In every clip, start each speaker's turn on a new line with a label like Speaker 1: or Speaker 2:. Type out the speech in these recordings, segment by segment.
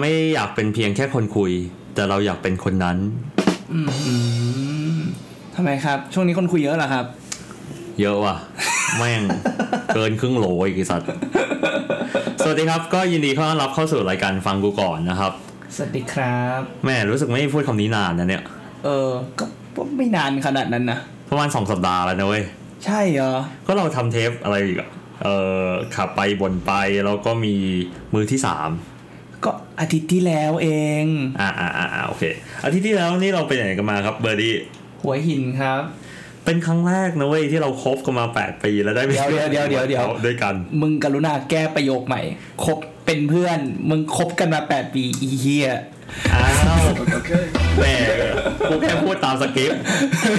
Speaker 1: ไม่อยากเป็นเพียงแค่คนคุย แต่เราอยากเป็นคนนั้น
Speaker 2: ทำไมครับ ช่วงนี้คนคุยเยอะเหรอครับ
Speaker 1: เยอะ ว่ะ แม่ง เกินครึ่งโหลอีกไอ้สัตว์ สวัสดีครับก็ยินดีต้อนรับเข้าสู่รายการฟังกูก่อนนะครับ
Speaker 2: สวัสดีครับ
Speaker 1: แม่รู้สึกไม่พูดคำนี้นานนะเนี่ย
Speaker 2: เออก็ก็ไม่นานขนาดนั้นนะ
Speaker 1: ประมาณสองสัปดาห์แล้วนะเว้ย
Speaker 2: ใช่เหรอ
Speaker 1: ก็เราทำเทปอะไรอีกอะเออขับไปบนไปแล้วก็มีมือที่สาม
Speaker 2: ก็อาทิตย์ที่แล้วเอง
Speaker 1: อ่าอ่าอ่าอ่าโอเคอาทิตย์ที่แล้วนี่เราไปไหนกันมาครับเบอร์ดี้
Speaker 2: หัวหินครับ
Speaker 1: เป็นครั้งแรกนะเว้ยที่เราคบกันมาแปดปีแล้วได้ไม่
Speaker 2: เดี๋ยวเดี๋ยวเดี๋ยวเดี๋ยวเดี๋ยว
Speaker 1: ด้วยกัน
Speaker 2: มึงกรุณาแก้ประโยคใหม่ คบเป็นเพื่อน มึงคบกันมาแปดปีอีเฮีย
Speaker 1: อ้าวแหม่กูแค่พูดตามสคริปต์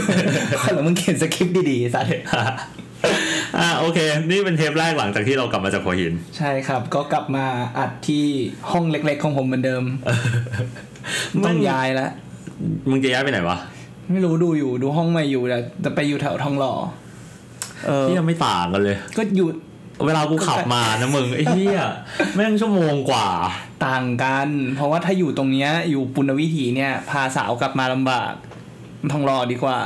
Speaker 2: แล้วมึงเขียนสคริปต์ดีๆซะเถอะ
Speaker 1: อ่าโอเค นี่เป็นเทปแรกหลังจากที่เรากลับมาจากหัวหิน
Speaker 2: ใช่ครับ ก็กลับมาอัดที่ห้องเล็กๆของผมเหมือนเดิม ต้องย้ายแล้ว
Speaker 1: มึงจะย้ายไปไหนวะ
Speaker 2: ไม่รู้ดูอยู่ดูห้องใหม่อยู่แต่จะไปอยู่แถวทองหล่อ เออ
Speaker 1: ที่ยังไม่ต่างกันเลย
Speaker 2: ก็อยู่
Speaker 1: เวลากูขับมานะมึงไอ้เหี้ยแม่งชั่วโมงกว่า
Speaker 2: ต่างกัน เพราะว่าถ้าอยู่ตรงเนี้ยอยู่ปุณณวิถีเนี่ย พาสาวกลับมาลำบากทองหล่อดีกว่า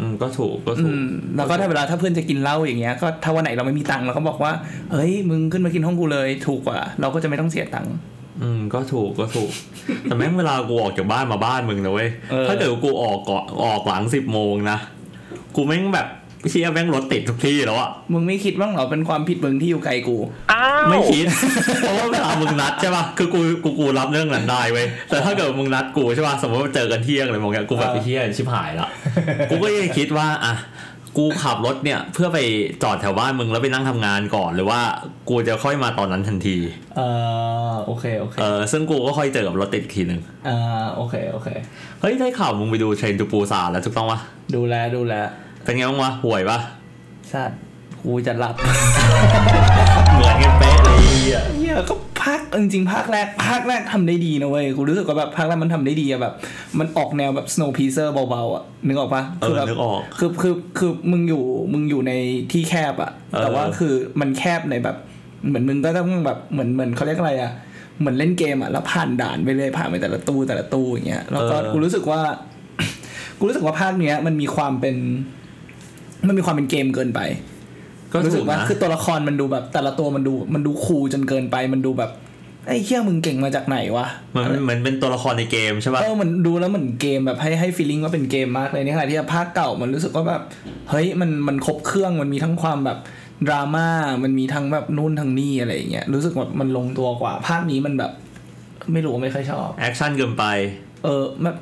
Speaker 1: อืมก็ถูกก็
Speaker 2: อื
Speaker 1: ถูก
Speaker 2: ม แล้วก็ถ้าเวลาถ้าเพื่อนจะกินเหล้าอย่างเงี้ยก็ถ้าวันไหนเราไม่มีตังค์เราก็บอกว่าเฮ้ยมึงขึ้นมากินห้องกูเลยถูกกว่า เราก็จะไม่ต้องเสียตังค์
Speaker 1: อืมก็ถูกก็ถูก แต่แม่งเวลากูออกจากบ้านมาบ้านมึงนะเว้ย
Speaker 2: เออ
Speaker 1: ถ้าเกิดกูออกก่อนออกหลังสิบโมงนะกูแม่งแบบเชี่ยแม่งรถติดทุกที่แล้วอะ
Speaker 2: มึงไม่คิดบ้างเหรอเป็นความผิดมึงที่อยู่ไกลกู
Speaker 1: ไม่คิด เพราะว่าเวลามึงนัดใช่ป่ะ คือกูกูกูรับเรื่องนั้นได้เว้ย แต่ถ้าเกิดมึงนัดกูใช่ป่ะ สมมติว่าเจอกันเที่ยงอะไรมองเงี้ย กูแบบ
Speaker 2: เออ
Speaker 1: ไอ้เที่ยชิบหายละ กูก็ยังคิดว่าอ่ะ กูขับรถเนี่ยเพื่อไปจอดแถวบ้านมึงแล้วไปนั่งทำงานก่อนหรือว่ากูจะค่อยมาตอนนั้นทันที
Speaker 2: เออโอเคโอเค
Speaker 1: เออซึ่งกูก็ค่อยเจอกับรถติดอีกทีหนึ่ง
Speaker 2: เออโอเคโอเค
Speaker 1: เฮ้ยได้ข่าวมึงไปดูเทรนจูปูซานแล้วถูกต้องปะ
Speaker 2: ดูแลดูแล
Speaker 1: เป็นไงบ้างวะห่วยปะ
Speaker 2: สัตว์กูจะหลับ
Speaker 1: เหมือนกันเป๊ะเลยไอ้เหี้ย
Speaker 2: เฮียก็ภาคจริงๆภาคแรกภาคแรกทำได้ดีนะเว้ยกูรู้สึกว่าแบบภาคแรกมันทำได้ดีอะแบบ มันออกแนวแบบ snow piercer เบาๆอะนึกออกปะ
Speaker 1: เอ
Speaker 2: คือ
Speaker 1: อ
Speaker 2: แบบ
Speaker 1: นึกออก
Speaker 2: คือคือคือมึงอยู่มึงอยู่ในที่แคบอะ
Speaker 1: เออ
Speaker 2: แต่ว่าคือมันแคบในแบบ เหมือนมึงก็ต้องแบบเหมือนเหมือนเขาเรียกอะไรอะเหมือนเล่นเกมอะแล้วผ่านด่านไปเรื่อยผ่านไปแต่ละตู้แต่ละตู้อย่างเงี้ยแล้วก็กูรู้สึกว่า กูรู้สึกว่าภาคเนี้ยมันมีความเป็น มันมีความเป็นเกมเกินไป
Speaker 1: ก็
Speaker 2: รู้
Speaker 1: ถู
Speaker 2: สึ
Speaker 1: ก
Speaker 2: กว่า
Speaker 1: นะ
Speaker 2: คือตัวละครมันดูแบบแต่ละตัวมันดูมันดูคูลจนเกินไปมันดูแบบไอ้เชี่ยมึงเก่งมาจากไหนวะ
Speaker 1: มันเหมือนเป็นตัวละครในเกมใช่ปะ
Speaker 2: เออมันดูแล้วเหมือนเกมแบบให้ให้ฟีลลิ่งว่าเป็นเกมมากเลยในขณะที่ภาคเก่ามันรู้สึกว่าแบบเฮ้ยมันมันครบเครื่องมันมีทั้งความแบบดราม่ามันมีทั้งแบบนู่นทั้งนี่อะไรอย่างเงี้ยรู้สึกว่ามันลงตัวกว่า ภาคนี้มันแบบ ไม่รู้ไม่ค่อยชอบ
Speaker 1: แอคชั่นเกินไป
Speaker 2: เออแบบ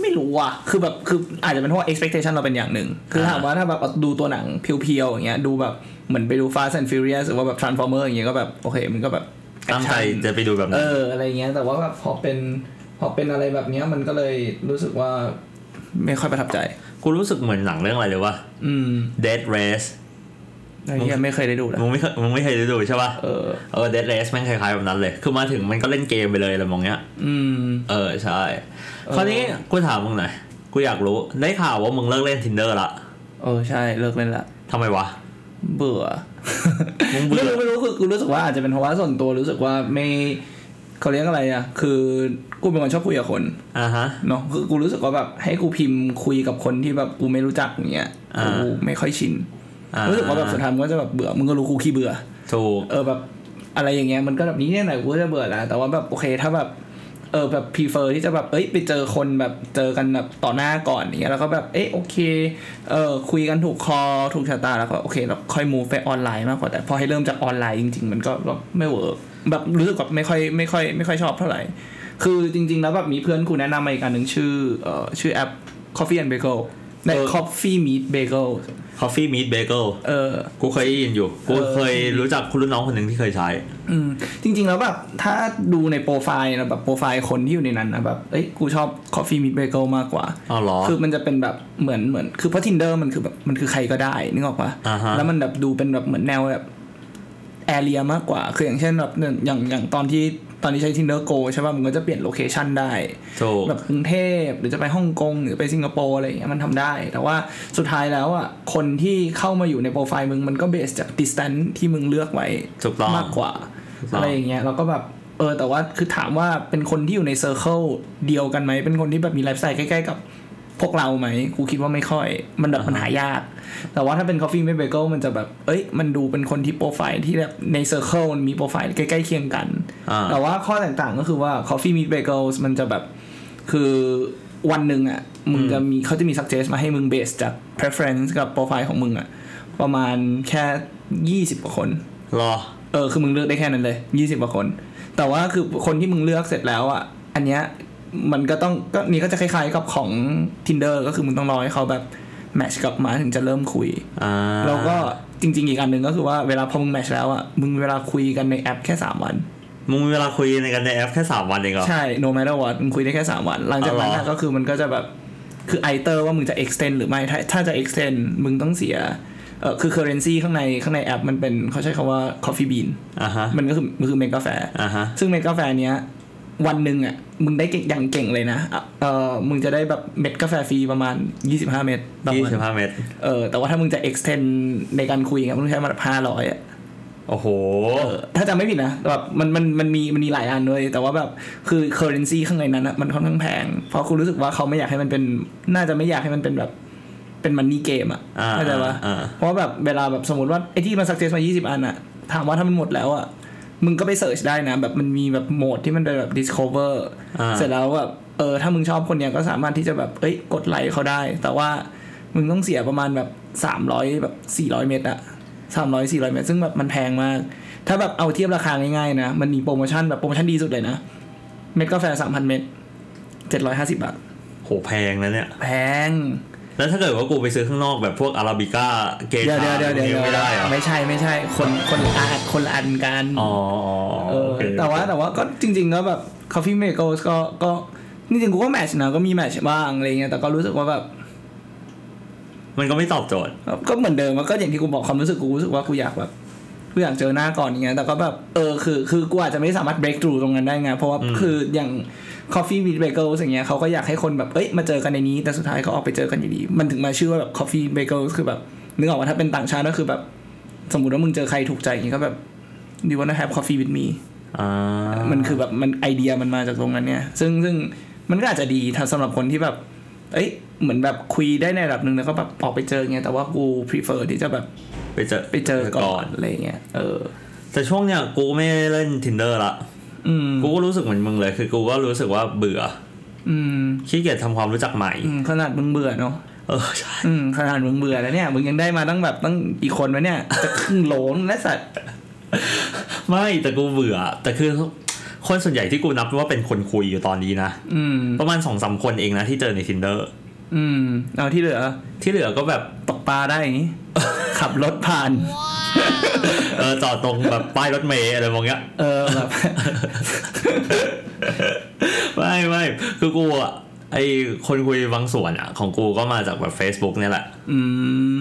Speaker 2: ไม่รู้อ่ะ คือแบบคืออาจจะเป็นเพราะว่า expectation เราเป็นอย่างหนึ่ง คือ
Speaker 1: อ่า
Speaker 2: ถามว่าถ้าแบบดูตัวหนังเพียวๆอย่างเงี้ยดูแบบเหมือนไปดู Fast and Furious หรือว่าแบบ Transformer อย่างเงี้ยก็แบบ โอเค มันก็แบบ
Speaker 1: ตั้งใจ
Speaker 2: action
Speaker 1: จะไปดูแบบนั้
Speaker 2: เอน อ อะไรเงี้ยแต่ว่าแบบพอเป็นพอเป็นอะไรแบบเนี้ยมันก็เลยรู้สึกว่าไม่ค่อยประทับใจ
Speaker 1: กูรู้สึกเหมือนหนังเรื่องอะไรเลยวะ
Speaker 2: อืม
Speaker 1: Dead Race
Speaker 2: ไอ้เหี้ยไม่เคยได้ดูเลย
Speaker 1: มึงไม่เคยมึงไม่เคยได้ดูใช่ปะ
Speaker 2: เออ
Speaker 1: เออ Dead Race แม่งคล้ายๆแบบนั้นเลย คือมาถึงมันก็เล่นเกมไปเลยอะไรมองเงี้ย
Speaker 2: อืม
Speaker 1: เออ ใช่
Speaker 2: เออ
Speaker 1: คราวนี้กูถามมึงหน่อย กูอยากรู้ ได้ข่าวว่ามึงเลิกเล่น tinder ละ
Speaker 2: เออใช่เลิกเล่นละ
Speaker 1: ทำไมวะ
Speaker 2: เบื่อ
Speaker 1: มึงเบื่ อ
Speaker 2: ไม่รู้ไม่รู้คือกูรู้สึกว่าอาจจะเป็นเพราะว่าส่วนตัวรู้สึกว่าไม่เขาเรียกอะไรอ่ะ คือกูเป็นคนชอบคุยกับคน
Speaker 1: อ่าฮะ
Speaker 2: เนาะคือกูรู้สึกว่าแบบให้กูพิมพ์คุยกับคนที่แบบกูไม่รู้จักอย่างเงี้ย
Speaker 1: อ่า
Speaker 2: กูไม่ค่อยชิน
Speaker 1: อ่
Speaker 2: รู้สึกว่าแบบสุดท้ายมันก็จะแบบเบื่อมึงก็รู้กูขี้เบื่อ
Speaker 1: ถูก
Speaker 2: เออแบบอะไรอย่างเงี้ยมันก็แบบนี้เนี่ยไหนกูก็จะเบื่อแล้วแต่ว่าแบบโอเคถ้าแบบเออแบบ prefer ที่จะแบบเอ้ยไปเจอคนแบบเจอกันแบบต่อหน้าก่อนอย่างเงี้ยแล้วก็แบบเอ้ยโอเคเออคุยกันถูกคอถูกชะตาแล้วก็โอเคเราค่อย move ไปออนไลน์มากกว่าแต่พอให้เริ่มจากออนไลน์จริง ๆ มันก็แบบไม่เวิร์กแบบรู้สึกแบบไม่ค่อยไม่ค่อยไม่ค่อยชอบเท่าไหร่ คือจริง ๆ แล้วแบบมีเพื่อนกูแนะนำมาอีกอันหนึ่งชื่อเอ่อชื่อแอป Coffee and Bagel ใน
Speaker 1: เออ
Speaker 2: Coffee Meet Bagel
Speaker 1: Coffee Meet Bagel
Speaker 2: เออ
Speaker 1: กูเคยได้ยินอยู่ กู
Speaker 2: เออ
Speaker 1: เคยรู้จักคุณรุ่นน้องคนหนึ่งที่เคยใช้
Speaker 2: อืมจริงๆแล้วแบบถ้าดูในโปรไฟล์นะแบบโปรไฟล์คนที่อยู่ในนั้นนะแบบเอ้ยกูชอบ Coffee Meet Bagel มากกว่า
Speaker 1: อ๋อเหรอ
Speaker 2: คือมันจะเป็นแบบเหมือนเหมือนคือเพราะ tinder มันคือแบบมันคือใครก็ได้นึกออกปะ
Speaker 1: อ่าฮะ
Speaker 2: แล้วมันแบบดูเป็นแบบเหมือนแนวแบบแอเรียมากกว่า คืออย่างเช่นแบบเนี่ยอย่างอย่างตอนที่ตอนที่ใช้ tinder go ใช่ป่ะมันก็จะเปลี่ยนโลเคชันได้
Speaker 1: ถูก
Speaker 2: แบบกรุงเทพหรือจะไปฮ่องกงหรือไปสิงคโปร์อะไรอย่างเงี้ยมันทำได้ แต่ว่าสุดท้ายแล้วอ่ะคนที่เข้ามาอยู่ในโปรไฟล์มึงมันก็เบสจาก distance ที่มึงเลือกไว้
Speaker 1: ถูกต้อง
Speaker 2: มากกว่า
Speaker 1: ถูกต้อง
Speaker 2: อะไรอย่างเงี้ยเราก็แบบ เออ แต่ว่าคือถามว่าเป็นคนที่อยู่ในเซอร์เคิลเดียวกันไหมเป็นคนที่แบบมีไลฟ์สไตล์ใกล้ๆกับพวกเราไหมกูคิดว่าไม่ค่อย มันแบบมันหายาก แต่ว่าถ้าเป็น Coffee Mate Bagel มันจะแบบ เอ้ย มันดูเป็นคนที่โปรไฟล์ที่แบบในเซอร์เคิลมันมีโปรไฟล์ใกล้ๆเคียงกัน
Speaker 1: อ่า
Speaker 2: แต่ว่าข้อแตกต่างก็คือว่า Coffee Meet Bagels มันจะแบบคือวันหนึ่งอ่ะ มึงจะมีเขาจะมี suggest มาให้มึง base จาก preference กับโปรไฟล์ของมึงอ่ะ ประมาณแค่ 20กว่าคน
Speaker 1: รอ
Speaker 2: เออ คือมึงเลือกได้แค่นั้นเลย 20กว่าคน แต่ว่าคือคนที่มึงเลือกเสร็จแล้วอ่ะ อันเนี้ยมันก็ต้องก็นี่ก็จะคล้ายๆกับของ Tinder ก็คือมึงต้องรอให้เขาแบบ match กลับมาถึงจะเริ่มคุย
Speaker 1: อ่า
Speaker 2: แล้วก็จริง ๆ อีกอันหนึ่งก็คือว่าเวลาพอมึงแมทชแล้วอ่ะ มึงมีเวลาคุยกันในแอปแค่สามวัน
Speaker 1: มึงมีเวลาคุยในกันในแอปแค่สามวันเองเหรอ
Speaker 2: ใช่ no matter what มึงคุยได้แค่ 3 วัน หลังจากนั้น
Speaker 1: อ๋อเหร
Speaker 2: อะ
Speaker 1: อ
Speaker 2: ก็คือมันก็จะแบบ คือไอเตอร์ว่ามึงจะ extend หรือไม่ ถ้าถ้าจะ extend มึงต้องเสียเออคือ currency ข้างในข้างในแอปมันเป็นเขาใช้คำว่า coffee bean
Speaker 1: อ่าฮะ
Speaker 2: มันก็คือมันคือเมกาแฟ
Speaker 1: อ่าฮะ
Speaker 2: ซึ่งเม็ดกาแฟเนี้ยวันหนึ่งอ่ะมึงได้เก่งอย่างเก่งเลยนะอ่ะเออมึงจะได้แบบเม็ดกาแฟฟรีประมาณ 25 เม็ดต่อ
Speaker 1: ยี่
Speaker 2: วัน
Speaker 1: สิบห้าเมตร
Speaker 2: เออแต่ว่าถ้ามึงจะ extend ในการคุยเงี้ยมึงใช้มาแบบ500อ่ะ
Speaker 1: โอ้โห
Speaker 2: เออถ้าจำไม่ผิดนะแบบมันมันมันมีมันมีหลายอันด้วย แต่ว่าแบบคือ currency ข้างในนั้นอะมันค่อนข้างแพง เพราะคุณรู้สึกว่าเขาไม่อยากให้มันเป็น น่าจะไม่อยากให้มันเป็นแบบเป็นมันนี่เกมอะ
Speaker 1: อ่า
Speaker 2: เข้าใจปะ
Speaker 1: อ่าอ่า
Speaker 2: เพราะว่าแบบเวลาแบบสมมติว่าไอ้ที่มัน success มา 20 อันอะถามว่าถ้ามันหมดแล้วอะมึงก็ไปเสิร์ชได้นะ แบบมันมีแบบโหมดที่มันเป็นแบบ discover
Speaker 1: อ่า
Speaker 2: เสร็จแล้วแบบเออถ้ามึงชอบคนเนี้ยก็สามารถที่จะแบบเอ้ยกดไลค์เขาได้ แต่ว่ามึงต้องเสียประมาณแบบสามร้อยแบบสี่ร้อยเมตรอะสามร้อยสี่ร้อยเมตร ซึ่งแบบมันแพงมาก ถ้าแบบเอาเทียบราคาง่ายๆนะ มันมีโปรโมชั่นแบบโปรโมชั่นดีสุดเลยนะ เม็ดกาแฟสามพันเม็ดเจ็ดร้อยห้าสิบบาท
Speaker 1: โหแพงนะเนี่ย
Speaker 2: แพง
Speaker 1: แล้วถ้าเกิดว่ากูไปซื้อข้างนอกแบบพวกอาราบิก้าเกชา
Speaker 2: เดี๋ยวเดี๋ยวเดี๋ยวเดี๋ยว
Speaker 1: พกนี้ไม่ได้เหรอ
Speaker 2: ไม่ใช่ไม่ใช่คนคนละอันคนละอันกัน
Speaker 1: อ๋อ
Speaker 2: เออ
Speaker 1: โอเค
Speaker 2: แต่ว่าแต่ว่าก็จริงๆก็แบบ Coffee m a k e r s ก็ก็จริงๆกูก็แมทช์นะก็มีแมทช์บ้างอะไรเงี้ยแต่ก็รู้สึกว่าแบบ
Speaker 1: มันก็ไม่ตอบโจทย์
Speaker 2: ก็เหมือนเดิมอะก็อย่างที่กูบอกความรู้สึกกูรู้สึกว่ากูอยากแบบกูอยากเจอหน้าก่อนอย่างเงี้ยแต่ก็แบบเออคือคือกูอาจจะไม่สามารถ break through ตรงนั้นได้ไง เพราะว่า
Speaker 1: อืม
Speaker 2: คืออย่าง coffee meet bagels อย่างเงี้ยเขาก็อยากให้คนแบบเอ้ยมาเจอกันในนี้ แต่สุดท้ายก็ออกไปเจอกันอยู่ดี มันถึงมาชื่อว่าแบบ coffee bagels คือแบบนึกออกว่าถ้าเป็นต่างชาติก็คือแบบ สมมติว่ามึงเจอใครถูกใจอย่างเงี้ยก็แบบ do you wanna have coffee with me
Speaker 1: อ่า
Speaker 2: มันคือแบบมันไอเดียมันมาจากตรงนั้นเนี่ย ซึ่งซึ่งมันก็อาจจะดีถ้าสำหรับคนที่แบบ เอ้ยเหมือนแบบคุยได้ในระดับหนึ่งแล้วก็แบบออกไปเจอเงี้ยแต่ว่ากู prefer ที่จะแบบ
Speaker 1: ไปเจอ
Speaker 2: ไปเจอก่อนอะไรเงี้ยเออ
Speaker 1: แต่ช่วงเนี้ยกูไม่ได้เล่น tinder ละ
Speaker 2: อืม
Speaker 1: กูก็รู้สึกเหมือนมึงเลย คือกูก็รู้สึกว่าเบื่อ
Speaker 2: อืม
Speaker 1: ขี้เกียจทำความรู้จักใหม่
Speaker 2: อืมขนาดมึงเบื่อเนาะ
Speaker 1: เออใช่
Speaker 2: อืมขนาดมึงเบื่อแล้วเนี่ยมึงยังได้มาตั้งแบบตั้งกี่คนวะเนี่ยจะครึ่งโหลนและสัตว์
Speaker 1: ไม่แต่กูเบื่อ แต่คือคนส่วนใหญ่ที่กูนับว่าเป็นคนคุยอยู่ตอนนี้นะ
Speaker 2: อืม
Speaker 1: ประมาณสองสามคนเองนะที่เจอใน tinder
Speaker 2: อืมเอาที่เหลือ
Speaker 1: ที่เหลือก็แบบ
Speaker 2: ตกปลาได้อย่างงี้ ขับรถผ่าน
Speaker 1: เออจอดตรงแบบป้ายรถเมล์อะไรมองเงี้ย
Speaker 2: เออแบบ
Speaker 1: ไม่ไม่คือกูอ่ะไอคนคุยบางส่วนอ่ะ ของกูก็มาจากแบบ Facebook เนี่ยแหละ
Speaker 2: อื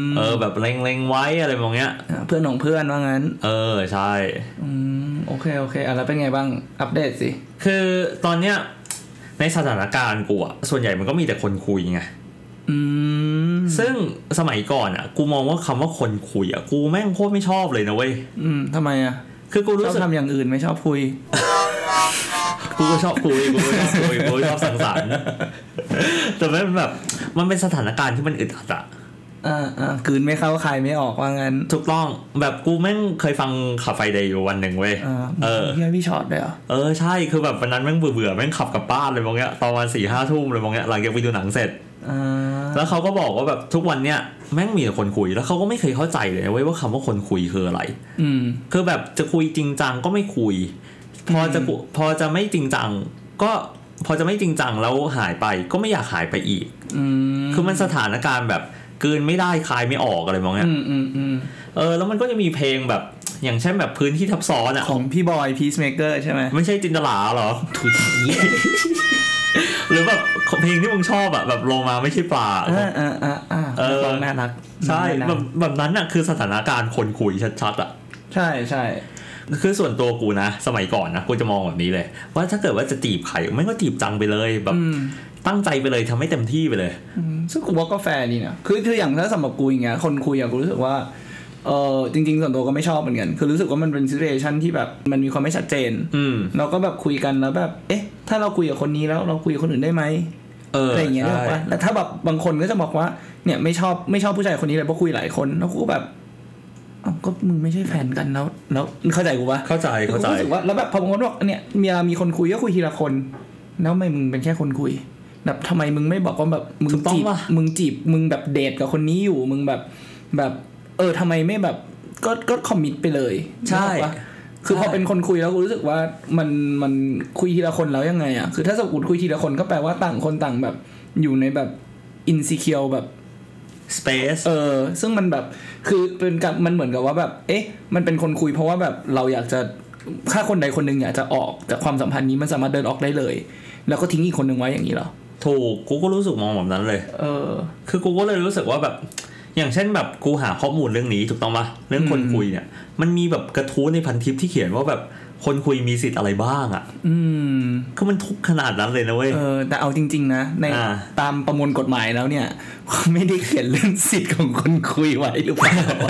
Speaker 2: ม
Speaker 1: เออแบบเล็งเล็งไว้อะไรมองเงี้ย
Speaker 2: เพื่อนของเพื่อนว่างั้น
Speaker 1: เออใช่
Speaker 2: อืมโอเค โอเคอ่ะแล้วเป็นไงบ้างอัปเดตสิ
Speaker 1: คือตอนเนี้ยในสถานการณ์กูอ่ะส่วนใหญ่มันก็มีแต่คนคุยไง
Speaker 2: อืม
Speaker 1: ซึ่งสมัยก่อนอ่ะ กูมองว่าคำว่าคนคุยอ่ะ กูแม่งโคตรไม่ชอบเลยนะเว้ย
Speaker 2: อืมทำไมอ่ะ
Speaker 1: คือกู
Speaker 2: ช
Speaker 1: รู้
Speaker 2: อบ
Speaker 1: สึก
Speaker 2: ทำอย่างอื่นไม่ชอบคุย
Speaker 1: กูก็ชอบคุยกูก็ชอบ คุยกูก็ชอบสังสรรค์แต่มันแบบ มันเป็นสถานการณ์ที่มันอึดอัดอ่ะ
Speaker 2: อ่าอ่ากลืนไม่เข้าคายไม่ออกว่างั้น
Speaker 1: ถูกต้องแบบกูแม่งเคยฟังขับไฟเดย์อยู่วันหนึ่งเว้ย
Speaker 2: อ่า
Speaker 1: เออ
Speaker 2: เฮียพี่ช็อตเลยเหรอ
Speaker 1: เออใช่คือแบบวันนั้นแม่งเบื่อๆแม่งขับกลับบ้านเลยมองเงี้ยตอนประมาณสี่ห้าทุ่มเลยมองเงี้ยหลังจากไปดูหนังเสร็จ
Speaker 2: อ่า
Speaker 1: แล้วเขาก็บอกว่าแบบทุกวันเนี้ยแม่งมีแต่คนคุยแล้วเขาก็ไม่เคยเข้าใจเลยเว้ยว่าคำว่าคนคุยคืออะไร
Speaker 2: อืม
Speaker 1: คือแบบจะคุยจริงจังก็ไม่คุย พอจะคุพอจะไม่จริงจังก็พอจะไม่จริงจังแล้วหายไปก็ไม่อยากหายไปอีก
Speaker 2: อืม
Speaker 1: คือมันสถานการณ์แบบกลืนไม่ได้คลายไม่ออกอะไรมองเงี้ย
Speaker 2: อืมอืมอืม
Speaker 1: เออแล้วมันก็จะมีเพลงแบบ อย่างเช่นแบบพื้นที่ทับซ้อนอ่ะ
Speaker 2: ของพี่บอยพีซเมเกอร์ใช่ไหม
Speaker 1: ไม่ใช่จินตลาเหรอ
Speaker 2: ถุย
Speaker 1: หรือแบบเพลงที่มึงชอบอ่ะแบบโลมาไม่ใช่ปลา
Speaker 2: อ่าอ่าอ่าอ่า
Speaker 1: เออ
Speaker 2: นักร้องน่ารัก
Speaker 1: ใช่
Speaker 2: น่ารัก
Speaker 1: แบบแบบนั้นอ่ะคือสถานการณ์คนคุยชัดๆอ่ะ
Speaker 2: ใช่ใช่
Speaker 1: คือส่วนตัวกูนะ สมัยก่อนนะกูจะมองแบบนี้เลย ว่าถ้าเกิดว่าจะจีบใครไม่งก็จีบจังไปเลยแบบ
Speaker 2: อืม
Speaker 1: ตั้งใจไปเลยทำให้เต็มที่ไปเลย
Speaker 2: ซึ่งกูว่าก็แฟร์ดีนะ คือคืออย่างถ้าสำหรับกูอย่างเงี้ย คนคุยอะกูรู้สึกว่า เออจริง ๆ ส่วนตัวก็ไม่ชอบเหมือนกัน คือรู้สึกว่ามันเป็นซิเ a ชันที่แบบมันมีความไม่ชัดเจน
Speaker 1: อืม
Speaker 2: เราก็แบบคุยกันแล้วแบบ เอ๊ะ ถ้าเราคุยกับคนนี้แล้วเราคุยกับคนอื่นได้ไหม
Speaker 1: เออ
Speaker 2: อะไรอย่างเงี้ย
Speaker 1: ใช่
Speaker 2: บอกว่าแล้วถ้าแบบบางคนก็จะบอกว่า เนี่ยไม่ชอบไม่ชอบผู้ชายคนนี้เลยเพราะคุยหลายคนแล้วกูก็แบบเอ้าก็มึงไม่ใช่แฟนกันแล้ว แล้วเข้าใจกูปะ
Speaker 1: เข้าใจ
Speaker 2: คือ
Speaker 1: เข้าใจ
Speaker 2: รู้สึกว่าแล้วแบบพอบางคนบอกเนี่ยเมียมีคนคุยก็คุยทีละคน แล้วทำไมมึงเป็นแค่คนคุยแบบทำไมมึงไม่บอกว่าแบบมึง
Speaker 1: ถูกต้อง
Speaker 2: จีบ
Speaker 1: ปะ
Speaker 2: มึงจีบมึงแบบเดทกับคนนี้อยู่มึงแบบแบบ เออทำไมไม่แบบก็ก็คอมมิตไปเลย
Speaker 1: ใช่
Speaker 2: นึกกปะคือพอ
Speaker 1: ใช่
Speaker 2: เป็นคนคุยแล้วกูรู้สึกว่ามันมันคุยทีละคนแล้วยังไงอ่ะคือถ้าสมมติคุยทีละคนก็แปลว่าต่างคนต่างแบบอยู่ในแบบอินซิเคียวแบบ
Speaker 1: space
Speaker 2: เออ ซึ่งมันแบบ คือเป็นกับมันเหมือนกับว่าแบบ เอ๊ะ มันเป็นคนคุยเพราะว่าแบบเราอยากจะ ถ้าคนใดคนหนึ่งอยากจะออกจากความสัมพันธ์นี้มันสามารถเดินออกได้เลย แล้วก็ทิ้งอีกคนหนึ่งไว้อย่างนี้เหรอ
Speaker 1: ถูกกูก็รู้สึกมองแบบนั้นเลย
Speaker 2: เออ
Speaker 1: คือกูก็เลยรู้สึกว่าแบบ อย่างเช่นแบบกูหาข้อมูลเรื่องนี้ถูกต้องปะเรื่องคน
Speaker 2: อืม
Speaker 1: คุยเนี่ย มันมีแบบกระทู้ในพันทิปที่เขียนว่าแบบคนคุยมีสิทธิ์อะไรบ้างอะ่ะ
Speaker 2: อืม
Speaker 1: คือมันทุกข์ขนาดนั้นเลยนะเว้ย
Speaker 2: เออ แต่เอาจริง ๆ นะ ใน
Speaker 1: อ่า
Speaker 2: ตามประมวลกฎหมายแล้วเนี่ย ไม่ได้เขียนเรื่องสิทธิ์ของคนคุยไว้หรือเปล่า
Speaker 1: เห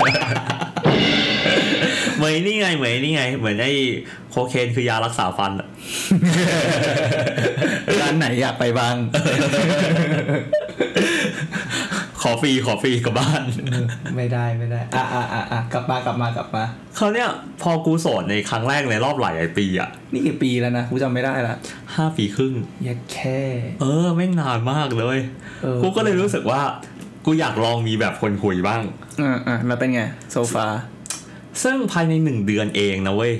Speaker 1: มือนนี่ไงเหมือนนี่ไง เหมือนไอ้โคเคนคือยารักษาฟันอะ
Speaker 2: ร้านไหนอยากไปบ้าง
Speaker 1: ขอฟรีขอฟรีกลับ บ้าน
Speaker 2: ไม่ได้ไม่ได้ อ่ะอ่ะอ่ะอ่ะกลับมากลับมากลับมา
Speaker 1: เขาวเนี่ยพอกูโสดในครั้งแรกในรอบหลายปีอะ
Speaker 2: นี่กี่ปีแล้วนะกูจำไม่ได้ละ
Speaker 1: ห้าปีครึ่ง
Speaker 2: อย่าแค่
Speaker 1: เออแม่งนานมากเลย
Speaker 2: ออ
Speaker 1: กูก็เลยรู้สึกว่า กูอยากลองมีแบบคนคุยบ้าง
Speaker 2: อ่าอ่าแล้วเป็นไง โซฟา
Speaker 1: ซึ่งภายในหนึ่งเดือนเองนะเว้ย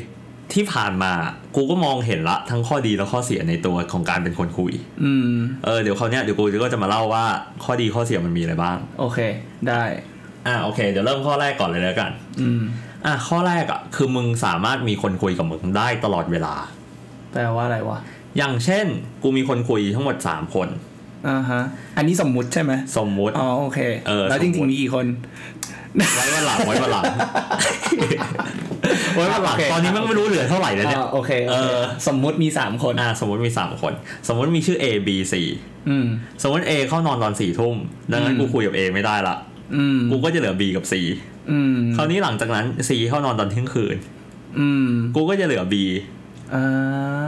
Speaker 1: ที่ผ่านมา กูก็มองเห็นละทั้งข้อดีและข้อเสียในตัวของการเป็นคนคุย
Speaker 2: อืม
Speaker 1: เออเดี๋ยวเขาวเนี้ยเดี๋ยวกูก็จะมาเล่าว่าข้อดีข้อเสียมันมีอะไรบ้าง
Speaker 2: โอเค ได้
Speaker 1: อ่ะโอเค เดี๋ยวเริ่มข้อแรกก่อนเลยแล้วกัน
Speaker 2: อืม
Speaker 1: อ่ะข้อแรกอ่ะคือมึงสามารถมีคนคุยกับมึงได้ตลอดเวลา
Speaker 2: แปลว่าอะไรวะ
Speaker 1: อย่างเช่น กูมีคนคุยทั้งหมดสามคน
Speaker 2: อ่าฮะ อันนี้สมมุติใช่ไหม
Speaker 1: สมมุติ
Speaker 2: อ๋อ โอเค
Speaker 1: เออ
Speaker 2: แล้ว
Speaker 1: ส
Speaker 2: จ
Speaker 1: มมุ
Speaker 2: ริง
Speaker 1: ติ
Speaker 2: ๆ มีกี่คน
Speaker 1: ไว้วันหลังไว้วันหลัง ไว้วันหลัง
Speaker 2: โอเค
Speaker 1: ตอนนี้มันไม่รู้เหลือเท่าไหร่แล้วเนี่ย
Speaker 2: อ๋อโอเคโอ
Speaker 1: เอ
Speaker 2: เค
Speaker 1: อ
Speaker 2: สมมุติมีสามคน
Speaker 1: อ่ะสมมติมีสามคน สมมติมีชื่อ A B C
Speaker 2: อืม
Speaker 1: สมมติ A เข้านอนตอนสี่ทุ่มดังนั้น
Speaker 2: อืม
Speaker 1: กูคุยกับ A ไม่ได้ละ
Speaker 2: อืม
Speaker 1: กูก็จะเหลือ B กับ C
Speaker 2: อืม
Speaker 1: คราวนี้หลังจากนั้น C เข้านอนตอนเที่ยงคืน
Speaker 2: อืม
Speaker 1: กูก็จะเหลือ B
Speaker 2: อ่า